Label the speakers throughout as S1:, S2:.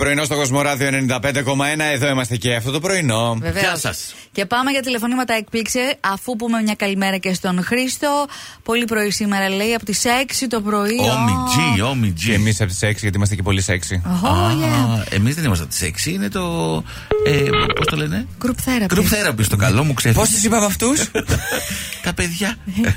S1: πρωινό στο Κοσμοράδιο 95,1. Εδώ είμαστε και αυτό το πρωινό.
S2: Βεβαίως.
S3: Γεια σας.
S2: Και πάμε για τηλεφωνήματα εκπλήξε, αφού πούμε μια καλημέρα και στον Χρήστο. Πολύ πρωί σήμερα λέει, από τις 6 το πρωί.
S3: Όμιτζι, όμιτζι.
S1: Και εμείς από τις 6 γιατί είμαστε και πολύ σεξι.
S2: Oh, yeah.
S3: Εμείς δεν είμαστε από τις 6, είναι το. Ε, Πώς το λένε?
S2: Group therapy.
S3: Group therapy στο καλό μου, ξέρεις.
S1: Πώς του είπα από αυτού,
S3: Τα παιδιά.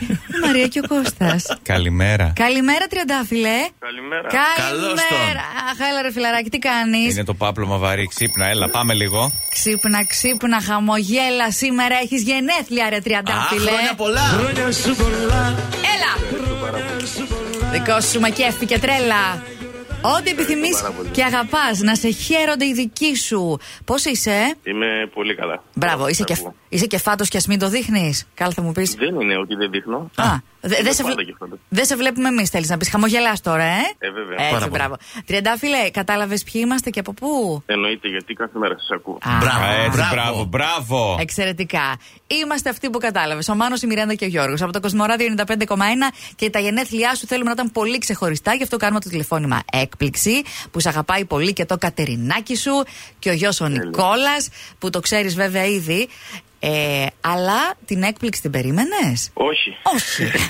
S2: Η Μαρία και ο Κώστας.
S1: Καλημέρα.
S2: Καλημέρα, Τριαντάφυλλε.
S4: Καλημέρα.
S3: Καλώς
S2: Καλημέρα.
S3: τον.
S2: Αχ, έλα ρε φιλαράκι, τι κάνεις
S1: Είναι το πάπλωμα βαρύ, ξύπνα, έλα, πάμε λίγο.
S2: Ξύπνα, ξύπνα, χαμογέλα. Σήμερα έχεις γενέθλια, ρε
S3: Α,
S2: Τριαντάφυλλε.
S3: χρόνια πολλά.
S2: Έλα! Δικό σου μακέφι και τρέλα. Ό,τι επιθυμείς και αγαπάς, να σε χαίρονται οι δικοί σου. Πώς είσαι, ε?
S4: Είμαι πολύ καλά.
S2: Μπράβο, είσαι και,
S4: Μπράβο.
S2: είσαι και φάτος και ας μην το δείχνεις. Καλά, θα μου πεις.
S4: Δεν είναι ότι δεν δείχνω.
S2: Α, δε- δεν
S4: είμαι
S2: σε,
S4: πάντα
S2: βλέ-
S4: και φάτος.
S2: δεν σε βλέπουμε εμείς, θέλεις να πεις. Χαμογελάς τώρα, ε.
S4: Ε, βέβαια.
S3: Πάρα
S2: Έτσι,
S3: πολύ.
S2: μπράβο. Τριαντάφυλλε, κατάλαβες ποιοι είμαστε και από πού.
S4: Εννοείται γιατί κάθε μέρα σας ακούω.
S2: Α,
S3: Μπράβο.
S1: Α, Έτσι,
S3: Μπράβο.
S1: μπράβο, μπράβο.
S2: Ε, Εξαιρετικά. Είμαστε αυτοί που κατάλαβες. Ο Μάνος, η Μιρέντα και ο Γιώργος. Από το Κοσμοράδιο 95,1 και τα γενέθλιά σου θέλουμε να ήταν πολύ ξεχωριστά. Γι' αυτό κάνουμε το τηλεφώνημα έκπληξη που σε αγαπάει πολύ και το Κατερινάκι σου και ο γιος ο Νικόλας που το ξέρεις βέβαια ήδη. Ε, αλλά την έκπληξη την περίμενες.
S4: Όχι.
S2: Όχι.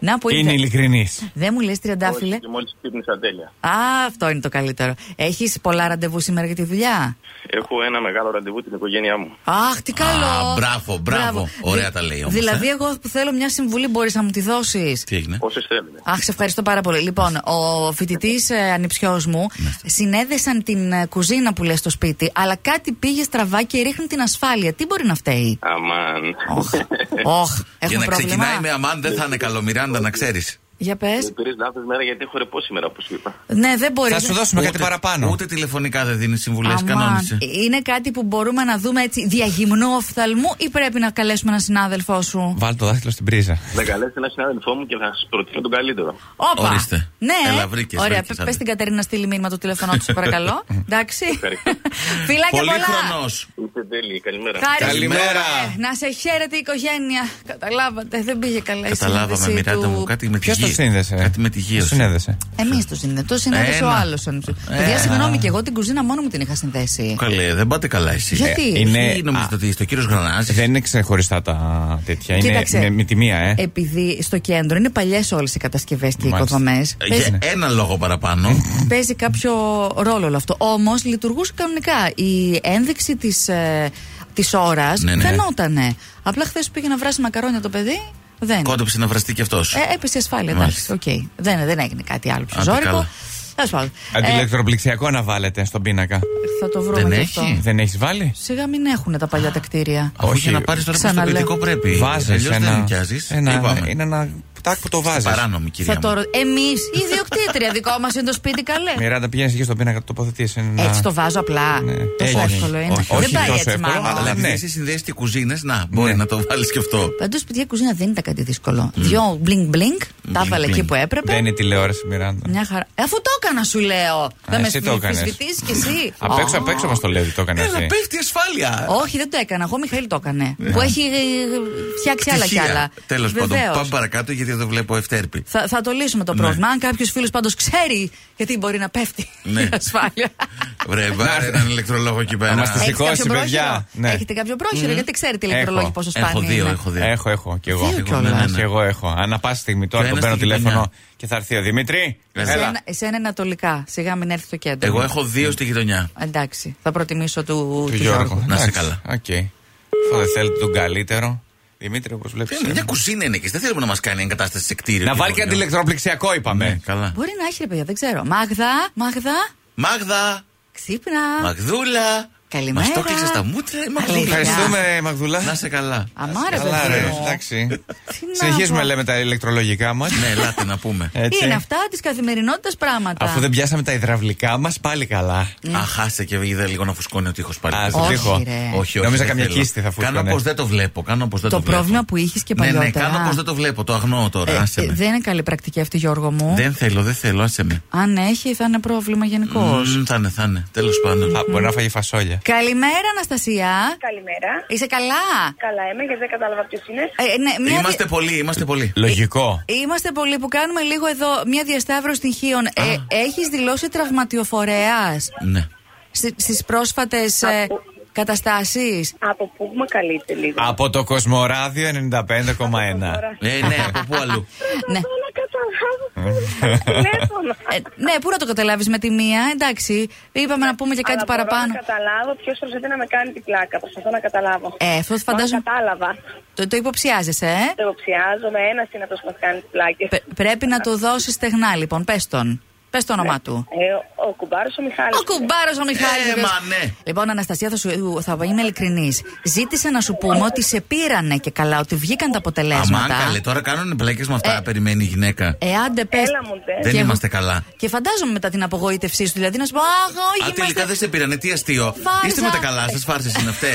S2: να που
S1: Είναι
S2: ήρθε.
S1: ειλικρινής.
S2: Δεν μου λες τριαντάφυλλε.
S4: Όχι, Και μόλις ξύπνησα τέλεια.
S2: Α, αυτό είναι το καλύτερο. Έχεις πολλά ραντεβού σήμερα για τη δουλειά.
S4: Έχω ένα μεγάλο ραντεβού την οικογένειά μου.
S2: Αχ, τι καλό!
S3: Α, μπράβο, μπράβο. Ωραία
S2: Δη-
S3: τα λέει όμως,
S2: Δηλαδή,
S3: ε.
S2: εγώ που θέλω μια συμβουλή, μπορείς να μου τη δώσεις.
S3: Τι έγινε.
S4: Όσες θέλετε.
S2: Αχ, σε ευχαριστώ πάρα πολύ. Λοιπόν, ο φοιτητής ε, ανιψιός μου συνέδεσαν την ε, κουζίνα που λες στο σπίτι, αλλά κάτι πήγε στραβά και ρίχνουν την ασφάλεια. Τι μπορεί να φταίει.
S4: Αμάν.
S2: Οχ, οχ,
S3: Για
S2: έχουμε
S3: να
S2: πρόβλημα.
S3: ξεκινάει με αμάν δεν θα είναι καλό, Μιράντα, να ξέρεις.
S2: Για πες.
S4: Με πήρες λάθος μέρα γιατί έχω ρεπό σήμερα, όπως σου είπα.
S2: Ναι, δεν μπορείς.
S1: Θα σου δώσουμε κάτι Ε, παραπάνω.
S3: Ούτε τηλεφωνικά δεν δίνει συμβουλές,
S2: Αμάν. Ε,
S3: κανόνισε.
S2: Είναι κάτι που μπορούμε να δούμε έτσι διαγυμνού οφθαλμού ή πρέπει να καλέσουμε έναν συνάδελφό σου.
S1: Βάλ το δάχτυλο στην πρίζα.
S4: Θα καλέσετε ένα συνάδελφό μου και θα σας προτείνω τον καλύτερο.
S2: Όπα.
S3: Ορίστε.
S2: Ναι.
S3: Έλα, βρήκες,
S2: Ωραία,
S3: βρήκες,
S2: πες
S3: άντε.
S2: στην Κατερίνα να στείλει μήνυμα το τηλέφωνο του, παρακαλώ. Εντάξει.
S4: Ευχαριστώ.
S2: Φιλάκια
S3: Πολύ
S2: πολλά.
S3: χρονό.
S4: Είστε τέλειοι. Καλημέρα.
S2: Χάρη
S1: Καλημέρα.
S2: σου, ε, Να σε χαίρεται η οικογένεια. Καταλάβατε, δεν πήγε καλά η
S3: Καταλάβαμε, Μιράντα μου, κάτι με τη
S1: Ποιος το
S3: γη.
S1: σύνδεσε.
S3: Κάτι με τη γη.
S1: Ποιος συνέδεσε.
S2: Εμεί το συνδέαμε. Το συνέδεσε ο
S3: Ένα. Ε.
S2: άλλο.
S3: Ένα.
S2: Παιδιά, συγγνώμη και εγώ την κουζίνα μόνο μου την είχα συνδέσει.
S3: Καλέ, δεν πάτε καλά εσεί.
S2: Γιατί?
S1: είναι-
S3: νομίζετε ότι είστε ο κύριος Γρανάζης.
S1: Δεν είναι ξεχωριστά τα τέτοια. Είναι
S2: Κοίταξε.
S1: με- με τη μία, ε.
S2: Επειδή στο κέντρο είναι παλιές όλες οι κατασκευές και οι
S1: Μάλιστα.
S2: οικοδομές.
S3: Ε, Για ένα λόγο παραπάνω.
S2: παίζει κάποιο ρόλο όλο αυτό. Όμως λειτουργούσε κανονικά. Η ένδειξη της ε, της ώρας
S3: Ναι, ναι.
S2: φαινότανε. Απλά χθες πήγε να βράσει μακαρόνια το παιδί. Δεν.
S3: Κόντεψε να βραστεί κι αυτός.
S2: Ε, έπεσε η ασφάλεια. Εντάξει,
S3: Μάλιστα.
S2: οκ. Δεν, δεν έγινε κάτι άλλο πιο
S3: Άντε
S2: ζώρικο.
S3: καλά.
S2: Τέλος πάντων. Ε,
S1: Αντιλεκτροπληξιακό να βάλετε στον πίνακα.
S2: θα το βρούμε
S3: Δεν
S2: και
S3: έχει.
S2: αυτό.
S1: Δεν έχεις βάλει.
S2: Σιγά μην έχουν τα παλιά τα κτίρια.
S3: Αφού
S1: όχι,
S3: για να πάρεις τώρα προς το
S2: ξαναλέω.
S3: ποιητικό πρέπει.
S1: Βάζεις
S3: Αλλιώς δεν
S1: ένα.
S3: νοικιάζει.
S1: ένα είναι ένα τάκ που το βάζεις.
S3: Παράνομη,
S2: Θα
S3: κυρία
S2: το
S3: μου.
S2: ρω- Εμείς, η ιδιοκτήτρια, δικό μας είναι το σπίτι καλέ.
S3: Ναι.
S1: Μιράντα πηγαίνεις εκεί στον πίνακα, το τοποθετήσει.
S2: Έτσι το βάζω απλά.
S1: Ναι.
S2: Τόσο
S1: Έγινε.
S2: εύκολο είναι.
S1: Όχι,
S2: δεν
S1: όχι
S2: πάει
S1: τόσο
S2: έτσι
S1: εύκολο,
S2: μάλλον.
S3: Αλλά επειδή
S1: ναι.
S3: εσύ συνδέει τι κουζίνες, να μπορεί
S1: Ναι.
S3: να το βάλεις κι αυτό.
S2: Παντού, παιδιά, η κουζίνα δεν ήταν κάτι δύσκολο. Δυο μπλινγκ μπλινγκ, τα έβαλε
S3: blink.
S2: εκεί που έπρεπε.
S1: Δεν είναι τηλεόραση, Μιράντα.
S2: Μια χαρά. Ε, Αφού το έκανα, σου λέω. δεν με
S1: εσύ το έκανες.
S2: σφυσβητήσεις κι εσύ.
S1: Απ' έξω,
S2: Α,
S1: απ' έξω μας το λέει, το έκανε
S3: Έλα,
S1: εσύ.
S3: πέφτει η ασφάλεια.
S2: Όχι, δεν το έκανα. Εγώ, ο Μιχαήλ το έκανε.
S1: Ναι.
S2: Που έχει ε, φτιάξει άλλα κι άλλα.
S3: Τέλος πάντων,
S2: Βεβαίως.
S3: πάμε παρακάτω γιατί δεν το βλέπω ευτέρπη.
S2: Θα, θα το λύσουμε το
S1: Ναι.
S2: πρόβλημα. Αν κάποιος φίλος πάντως ξέρει γιατί μπορεί να πέφτει
S3: Ναι.
S2: η ασφάλεια.
S3: Βρε, βάλε έναν ηλεκτρολόγο εκεί πέρα.
S1: είμαστε
S2: Έχεις
S1: σηκώσει,
S2: κάποιο
S1: παιδιά.
S2: πρόχειρο?
S1: Ναι.
S2: Έχετε κάποιο πρόχειρο, γιατί ξέρετε οι
S1: Έχω.
S2: ηλεκτρολόγοι πόσο
S3: Έχω
S2: σπάνιοι
S3: δύο,
S2: είναι.
S3: έχω δύο.
S1: Έχω, έχω κι εγώ.
S2: Δύο
S1: Εγώ,
S2: κιόλας.
S1: ναι, ναι. Κι εγώ έχω. Ανά πάση στιγμή τώρα
S3: Και
S1: τον
S3: ένας
S1: παίρνω
S3: στη γειτονιά.
S1: τηλέφωνο και θα έρθει ο Δημήτρη.
S3: Έλα.
S1: Έλα.
S2: Εσένα, εσένα ανατολικά. Σιγά μην έρθει το κέντρο. Ναι.
S3: Εγώ έχω δύο στη γειτονιά.
S2: Εντάξει, θα προτιμήσω του,
S1: Του
S2: του Γιώργου.
S1: Γιώργου.
S3: Να είσαι
S1: Εντάξει,
S3: καλά.
S1: Οκ. Αυτό δεν θέλετε τον καλύτερο. Δημήτρη, όπως βλέπεις.
S3: Τι είναι, Μια κουζίνα είναι και δεν θέλουμε να μας κάνει εγκατάσταση σε κτίριο.
S1: Να
S3: και
S1: βάλει και ένα
S3: τέτοιο.
S1: τηλεκτροπληξιακό,
S3: Ναι,
S1: είπαμε.
S3: καλά.
S2: Μπορεί να έχει ρε παιδιά, δεν ξέρω. Μάγδα, Μάγδα,
S3: Μάγδα,
S2: ξύπνα.
S3: Μαγδούλα.
S2: Καλημέρα.
S3: Μας το κλείσε τα μούτρα, η Μαγδούλα.
S2: Αλήθεια.
S1: Ευχαριστούμε, Μαγδουλά.
S3: Να σε καλά.
S2: Αμά ρε
S1: Καλά,
S2: παιδί
S1: ρε.
S2: μου.
S1: Εντάξει.
S2: Τι να
S1: Συνεχίζουμε,
S2: πω.
S1: λέμε τα ηλεκτρολογικά μας.
S3: Ναι, ελάτε να πούμε.
S1: Ε.
S2: Είναι αυτά της καθημερινότητας πράγματα.
S1: Αφού δεν πιάσαμε τα υδραυλικά μας, πάλι καλά.
S3: Αχάσε και είδα λίγο να φουσκώνει ο τείχος πάλι.
S1: Α,
S3: Όχι,
S1: στον
S2: Ναι. Όχι,
S1: τοίχο.
S2: ρε.
S3: όχι.
S1: Νόμιζα
S3: δεν
S1: καμιά
S3: θέλω.
S1: κίστη θα φουσκώνε.
S3: Κάνω πω δεν το βλέπω. Κάνω πως δεν
S2: Το
S3: το, βλέπω.
S2: πρόβλημα που είχες και
S3: Ναι, ναι,
S2: παλιότερα.
S3: κάνω πω δεν το βλέπω. Το αγνώ τώρα.
S2: Ε,
S3: άσε
S2: ε,
S3: με.
S2: δεν είναι καλή πρακτική αυτή, Γιώργο μου.
S3: Δεν θέλω, δεν θέλω, άσε με.
S2: Αν έχει, θα είναι πρόβλημα γενικώς.
S3: Μμμ, Θα είναι, θα είναι. Τέλος πάντων.
S1: Α, μπορεί να φάγει φασόλια.
S2: Καλημέρα, Αναστασία.
S5: Καλημέρα.
S2: Είσαι καλά.
S5: Καλά είμαι γιατί δεν κατάλαβα ποιος είναι.
S2: Ε, ναι, μια δι-
S3: Είμαστε πολλοί, είμαστε πολλοί.
S1: Λογικό.
S2: Είμαστε πολλοί που κάνουμε λίγο εδώ μια διασταύρωση στοιχείων. Ε, Έχεις δηλώσει τραυματιοφορέας
S3: Ναι.
S2: στι ε, πρόσφατες
S5: Από-
S2: καταστάσεις.
S5: Από πού με καλείτε λίγο.
S1: Από το Κοσμοράδιο 95,1.
S5: Τώρα.
S3: Ε, ναι, από πού αλλού.
S2: ναι.
S5: Δεν να καταλάβω. Τηλέφωνο.
S2: Ε, ναι, πού να το καταλάβεις με τη μία, εντάξει. Είπαμε να πούμε και κάτι
S5: Αλλά μπορώ
S2: παραπάνω.
S5: Να καταλάβω ποιος προσπαθεί να με κάνει την πλάκα. Προσπαθώ να καταλάβω.
S2: Ε, αυτό
S5: Τώρα
S2: φαντάζομαι.
S5: Κατάλαβα.
S2: Το, το υποψιάζεσαι, ε.
S5: Το υποψιάζομαι. Ένας είναι αυτός που μας κάνει την πλάκα.
S2: Πε- πρέπει να το δώσεις στεγνά, λοιπόν. Πες τον. Πες το όνομά του.
S5: Ε, ο- ο κουμπάρος ο Μιχάλης.
S2: Ο κουμπάρος ο Μιχάλης.
S3: Ε,
S2: βεβαίως.
S3: μα ναι.
S2: Λοιπόν, Αναστασία, θα, σου, θα είμαι ειλικρινής. Ζήτησε να σου πούμε ότι σε πήρανε και καλά, ότι βγήκαν τα
S3: Αμάν
S2: αποτελέσματα.
S3: καλέ, τώρα κάνουν πλάκε με αυτά, περιμένει η γυναίκα.
S2: Ε, άντε πες.
S5: Έλα μου, ντε.
S3: Δεν
S2: και-
S3: είμαστε καλά.
S2: Και φαντάζομαι μετά την απογοήτευσή σου, δηλαδή να σου πω Αχ, όχι,
S3: Α, τελικά
S2: είμαστε-
S3: δεν σε πήρανε, τι αστείο.
S2: Φάρσα.
S3: Είστε με τα καλά σας, φάρσες είναι αυτές.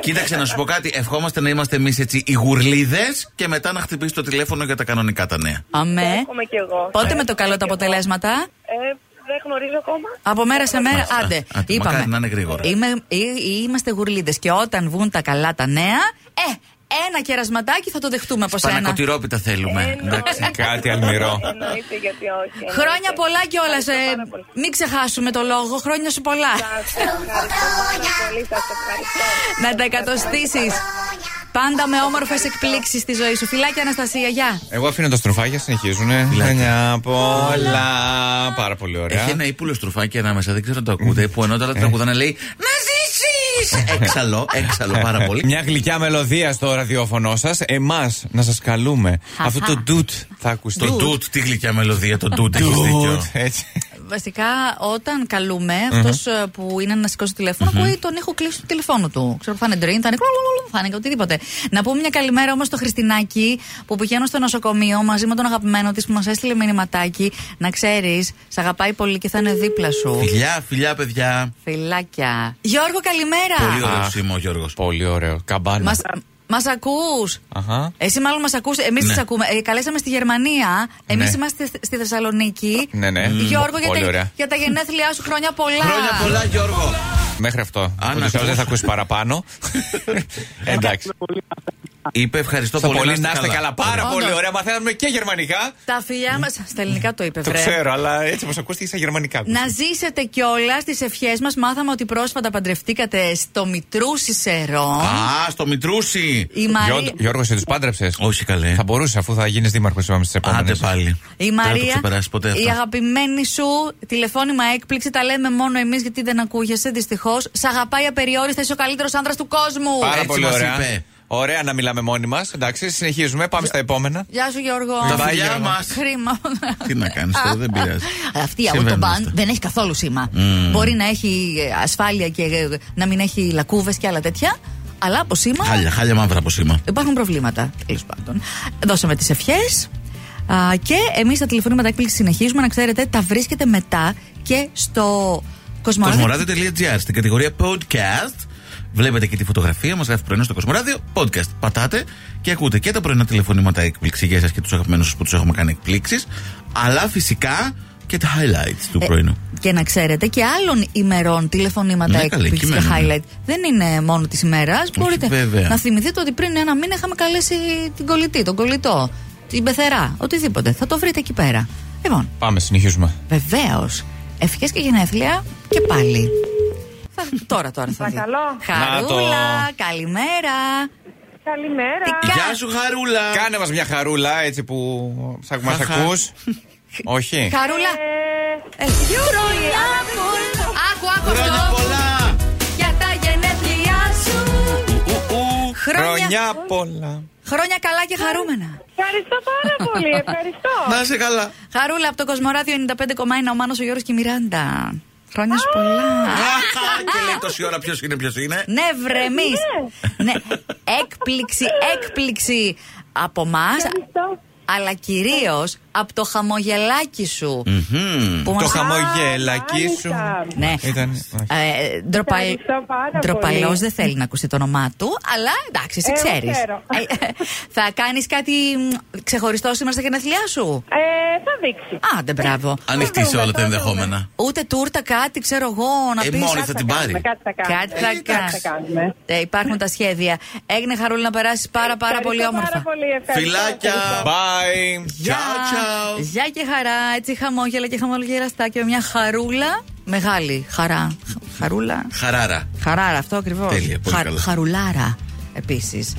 S3: Κοίταξε να σου πω κάτι. Ευχόμαστε να είμαστε εμείς έτσι οι γουρλίδες και μετά να χτυπήσει το τηλέφωνο για τα κανονικά τα νέα.
S2: Αμέ.
S5: Δέχομαι κι Ε, εγώ.
S2: ε. Πότε με το
S5: Δέχομαι
S2: καλό
S5: κι
S2: τα
S5: εγώ.
S2: αποτελέσματα.
S5: Ε, δεν γνωρίζω ακόμα.
S2: Από μέρα σε μέρα,
S3: Μάλιστα.
S2: άντε.
S3: Άντε,
S2: Είπαμε.
S3: μακάρι να είναι γρήγορα.
S2: Είμαι- ή- ή- είμαστε γουρλίδες. Και όταν βγουν τα καλά τα νέα, ε, ένα κερασματάκι θα το δεχτούμε από σένα.
S3: Πανακοτηρόπιτα θέλουμε. Εντάξει.
S1: Κάτι αλμυρό.
S5: Εννοείται γιατί όχι.
S2: Χρόνια
S5: εννοείται.
S2: πολλά κιόλας.
S5: Ευχαριστώ πάρα πολύ.
S2: μην ξεχάσουμε το λόγο. Χρόνια σου πολλά.
S5: Σας ευχαριστώ πάρα πολύ, σας ευχαριστώ.
S2: Να τα εκατοστήσεις. Πάντα με όμορφες εκπλήξεις στη ζωή σου. Φιλάκια, Αναστασία, γεια.
S1: Εγώ αφήνω τα στροφάκια, συνεχίζουν.
S3: Φιλάκια.
S1: Χρόνια πολλά. Πάρα πολύ ωραία. Ε.
S3: Έχει ένα ύπουλο στροφάκι ανάμεσα, δεν ξέρω αν το ακούτε, που ενώ τα άλλα τραγουδάνε λέει Να ζήσεις! Έξαλλο, έξαλλο πάρα πολύ.
S1: Μια γλυκιά μελωδία στο ραδιόφωνο σας. Εμάς να σας καλούμε.
S2: Χαχα.
S1: Αυτό το ντουτ θα ακουστεί.
S3: Το ντουτ, τι γλυκιά μελωδία, το ντουτ, έχει
S1: Ντουτ,
S3: δίκιο.
S1: Έτσι.
S2: Βασικά, όταν καλούμε, αυτό που είναι να σηκώσει το τηλέφωνο, ακούει τον ήχο κλείσει του τηλεφώνου του. Ξέρω που θα είναι ντριν, θα είναι κλουλουλουλου, θα είναι οτιδήποτε. Να πούμε μια καλημέρα όμως στο Χριστινάκι που πηγαίνω στο νοσοκομείο μαζί με τον αγαπημένο της που μας έστειλε μηνυματάκι. Να ξέρεις, σε αγαπάει πολύ και θα είναι δίπλα σου.
S3: Φιλιά, φιλιά, παιδιά.
S2: Φιλάκια. Γιώργο, καλημέρα.
S3: Πολύ ωραίος
S1: Αχ.
S3: είμαι ο Γιώργος.
S1: Πολύ ωραίο. Καμπάνα.
S2: Μας, μας ακούς.
S1: Αχα.
S2: Εσύ μάλλον μας ακούς, εμείς
S3: Ναι.
S2: τις ακούμε. Ε, καλέσαμε στη Γερμανία, εμείς
S1: Ναι.
S2: είμαστε στη- στη Θεσσαλονίκη.
S1: Ναι, ναι.
S2: Γιώργο, για
S1: Πολύ
S2: τα,
S1: ωραία.
S2: για τα γενέθλιά σου χρόνια πολλά.
S3: Χρόνια πολλά, Γιώργο.
S1: Μέχρι αυτό.
S3: Αν
S1: Ούτως ή άλλως
S3: ακούς.
S1: δεν θα ακούσεις παραπάνω. Εντάξει.
S3: Είπε ευχαριστώ
S1: Στο
S3: πολύ.
S1: πολύ να είστε καλά. Πάρα
S2: Όντως.
S1: πολύ ωραία. Μαθαίνουμε και γερμανικά.
S2: Τα φιλιά μας, στα ελληνικά το είπε,
S1: Το
S2: βρε.
S1: ξέρω, αλλά έτσι όπως ακούστηκε στα γερμανικά.
S2: Να ζήσετε κιόλα τις ευχές μας. Μάθαμε ότι πρόσφατα παντρευτήκατε στο Μητρού Σισερών.
S3: Α, στο Μητρούσι.
S2: Η, Μαρία,
S1: Γιώργο, εσύ τους πάντρεψες.
S3: Όχι καλέ.
S1: Θα μπορούσε αφού θα γίνεις δήμαρχος, είπαμε στις
S3: Άντε
S1: επόμενε.
S3: πάλι.
S2: η
S3: Δεν θα το
S2: Μαρία,
S3: ξεπεράσει ποτέ
S2: η
S3: αυτό.
S2: αγαπημένη σου, τηλεφώνημα έκπληξη. Τα λέμε μόνο εμείς γιατί δεν ακούγεσαι δυστυχώς. Σ' αγαπάει απεριόριστα, είσαι ο καλύτερος άνδρας του κόσμου.
S1: Πάρα
S3: Έτσι
S1: πολύ
S3: μας
S1: ωραία.
S3: είπε.
S1: Ωραία να μιλάμε μόνοι μας. Εντάξει, συνεχίζουμε. Πάμε στα επόμενα.
S2: Γεια σου Γιώργο.
S3: Τα
S1: Bye,
S3: φιλιά
S1: Γιώργο.
S3: μα.
S2: Χρήμα.
S3: Τι να κάνεις τώρα, δεν πειράζει.
S2: Αυτή η
S3: Συμβαίνουν
S2: Autobahn
S3: αυτά.
S2: δεν έχει καθόλου σήμα. Μπορεί να έχει ε, ασφάλεια και ε, να μην έχει λακκούβες και άλλα τέτοια. Αλλά από σήμα
S3: Χάλια, χάλια μαύρα από σήμα.
S2: υπάρχουν προβλήματα. Τέλος πάντων. Δώσαμε τις ευχές. Και εμείς τα τηλεφωνήματα έκπληξη συνεχίζουμε. Να ξέρετε, τα βρίσκετε μετά και στο Κοσμοράδιο.
S3: Κοσμοράδιο.gr στην κατηγορία podcast. Βλέπετε και τη φωτογραφία μας, γράφει πρωινό στο Κοσμοράδιο. Podcast. Πατάτε και ακούτε και τα πρωινά τηλεφωνήματα έκπληξη για εσάς και τους αγαπημένους που τους έχουμε κάνει εκπλήξεις. Αλλά φυσικά και τα highlights του πρωινού.
S2: Ε, Και να ξέρετε και άλλων ημερών τηλεφωνήματα
S3: Ναι, καλέ,
S2: έκπληξη και
S3: κειμένο, ναι.
S2: highlight. Δεν είναι μόνο της ημέρας. Μπορείτε
S3: βέβαια.
S2: να θυμηθείτε ότι πριν ένα μήνα είχαμε καλέσει την κολλητή, τον κολλητό, την πεθερά, οτιδήποτε. Θα το βρείτε εκεί πέρα. Λοιπόν,
S1: Πάμε, συνεχίζουμε.
S2: βεβαίως, ευχές και γενέθλια και πάλι. Θα, τώρα, τώρα θα δει.
S5: Παρακαλώ.
S1: Να το.
S2: Χαρούλα, καλημέρα.
S5: Καλημέρα.
S2: Τι κα-
S3: Γεια σου, Χαρούλα!
S1: Κάνε μας μια χαρούλα έτσι που μα
S3: Χαχα.
S1: ακούς. Όχι.
S2: Χαρούλα.
S5: Ε,
S2: ε, Χρόνια πολλά. Άκου, άκου
S3: Χρόνια
S2: αυτό.
S3: πολλά!
S2: Για τα γενέθλιά σου.
S3: Ου, ου.
S1: Χρόνια πολλά.
S2: Χρόνια καλά και χαρούμενα.
S5: Ευχαριστώ πάρα πολύ, ευχαριστώ.
S3: Να είσαι καλά.
S2: Χαρούλα από το Κοσμοράδιο 95,1 ο Μάνος, ο Γιώργος και η Μιράντα. Χρόνια σου πολλά.
S3: Αχα, και λέει τόση ώρα ποιος είναι, ποιος είναι.
S2: Ναι, βρε, εμείς. Ναι, έκπληξη, έκπληξη από εμά,
S5: Ευχαριστώ.
S2: αλλά κυρίως από το χαμογελάκι σου.
S3: Μμμ.
S2: Που
S1: Το
S2: μας-
S1: χαμογελάκι
S5: μάλιστα.
S1: σου.
S2: Ναι.
S1: Ήταν. όχι.
S2: Ε, ντροπα...
S5: Ευχαριστώ πάρα
S2: ντροπαλός
S5: πολύ.
S2: δεν θέλει να ακουστεί το όνομά του, αλλά εντάξει, εσύ
S5: Ε, εγώ
S2: ξέρεις.
S5: ξέρω.
S2: θα κάνεις κάτι μ, ξεχωριστό σήμερα στα γενέθλιά σου.
S5: Ε, θα δείξει.
S2: Άντε, μπράβο.
S3: Ανοιχτή σε όλα τα ενδεχόμενα.
S2: Ούτε τούρτα, κάτι ξέρω εγώ να
S3: Ε,
S2: πεις.
S3: μόνη θα
S5: Κάτι θα
S3: την πάρει.
S5: κάνουμε, Κάτι θα κάνουμε.
S2: Κάτι θα
S5: Ε,
S2: κάνεις.
S5: κάνουμε. Ε,
S2: Ε, υπάρχουν τα σχέδια. Έγινε χαρούλη να περάσεις πάρα πάρα
S5: Ευχαριστώ
S2: πολύ όμορφα.
S5: Πάρα πολύ, ευχαριστώ.
S3: Φιλάκια.
S1: Bye.
S3: Γεια, τσαου.
S2: Γεια και χαρά, έτσι χαμόγελα και χαμογελαστά και μια χαρούλα. Μεγάλη χαρά. Χα- Χαρούλα.
S3: Χαράρα.
S2: Χαράρα, αυτό ακριβώς.
S3: Τέλεια, πολύ καλά.
S2: Χαρουλάρα επίσης.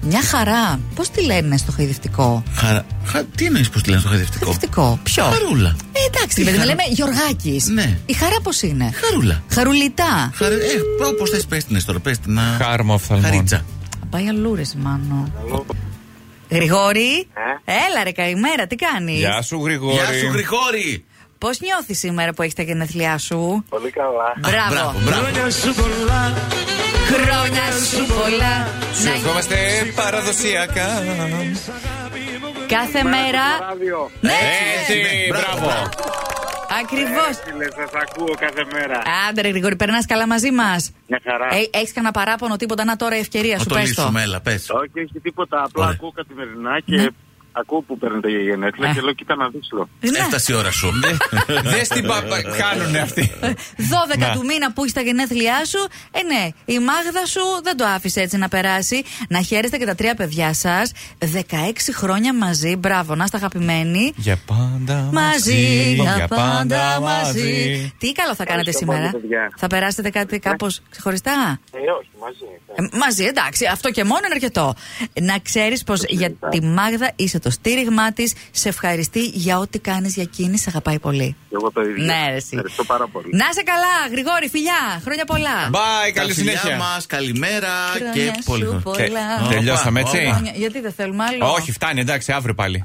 S2: Μια χαρά. Πώς τη λένε στο χαϊδευτικό.
S3: Χαρα... Χα... Τι εννοείς πώς τη λένε στο χαϊδευτικό.
S2: Χαϊδευτικό. Ποιο.
S3: Χαρούλα.
S2: Ε, εντάξει,
S3: Η
S2: παιδί, μου,
S3: χαρά-
S2: λέμε Γιωργάκης.
S3: Ναι.
S2: Η χαρά πώς είναι.
S3: Χαρούλα.
S2: Χαρουλιτά.
S3: Χαρα... Ε, πώ θες, πες την τώρα, πες την. α,
S1: Χάρμα οφθαλμών.
S3: Χαρίτσα.
S2: Πάει αλλού, ρε Σιμάνο. Γρηγόρη. Έλα, ρε, καλημέρα, τι κάνεις.
S1: Γεια σου Γρηγόρη.
S3: Γεια σου, Γρηγόρη.
S2: Πώς νιώθεις σήμερα που έχεις τα γενέθλιά σου.
S4: Πολύ καλά.
S3: Α,
S2: Μπράβο.
S3: Μπράβο, μπράβο.
S2: Χρόνια σου πολλά.
S1: Σου
S2: Να- Ναι.
S1: ευχόμαστε παραδοσιακά.
S2: Κάθε μέρα.
S6: Ράδιο.
S2: Ναι,
S1: Έτσι,
S3: ναι,
S1: μπράβο.
S3: μπράβο.
S2: ακριβώ.
S6: Φίλε, σας ακούω κάθε μέρα.
S2: Άντε, ρε Γρηγόρη, περνάς καλά μαζί μας.
S6: Μια χαρά.
S2: Έχεις κανένα παράπονο, τίποτα. Να τώρα η ευκαιρία
S3: Να
S2: σου,
S3: το
S2: πες το.
S3: λύσουμε, έλα, πες.
S6: Όχι, έχει τίποτα. Απλά
S3: Ωραία.
S6: ακούω καθημερινά και ακούω που παίρνετε για γενέθλια
S2: Ε.
S6: και λέω κοίτα να δεις λέω.
S2: Ναι.
S3: Έφτασε η ώρα σου.
S1: Δε την παπα. Κάνουνε αυτοί.
S2: 12
S1: Να.
S2: του μήνα που έχεις τα γενέθλιά σου, ε ναι, η μάγδα σου δεν το άφησε έτσι να περάσει. Να χαίρεστε και τα τρία παιδιά σας. 16 χρόνια μαζί. Μπράβο, να είστε αγαπημένοι.
S1: Για πάντα
S2: Μαζί, για πάντα μαζί. Τι καλό θα κάνετε
S6: Ευχαριστώ
S2: σήμερα.
S6: πολύ, παιδιά. Ναι.
S2: Θα περάσετε κάτι κάπως ξεχωριστά.
S6: Ε, όχι, μαζί.
S2: Ε, Μαζί, εντάξει, αυτό και μόνο είναι αρκετό. Να ξέρεις πως για τη Μάγδα είσαι το στήριγμά της. Σε ευχαριστεί για ό,τι κάνεις για εκείνη. Σε αγαπάει πολύ.
S6: Εγώ το ίδιο.
S2: Ναι, ρε, εσύ.
S6: Ευχαριστώ πάρα πολύ.
S2: Να σε καλά, Γρηγόρη, φιλιά, χρόνια πολλά.
S1: Bye, καλή συνέχεια.
S3: μας, καλημέρα
S2: Χρόνια
S3: και
S2: σου
S3: πολύ.
S2: πολλά.
S1: Και- Τελειώσαμε
S3: Όπα,
S1: έτσι.
S2: Χρόνια. Γιατί δεν θέλουμε άλλο.
S1: Όχι, φτάνει, εντάξει, αύριο πάλι.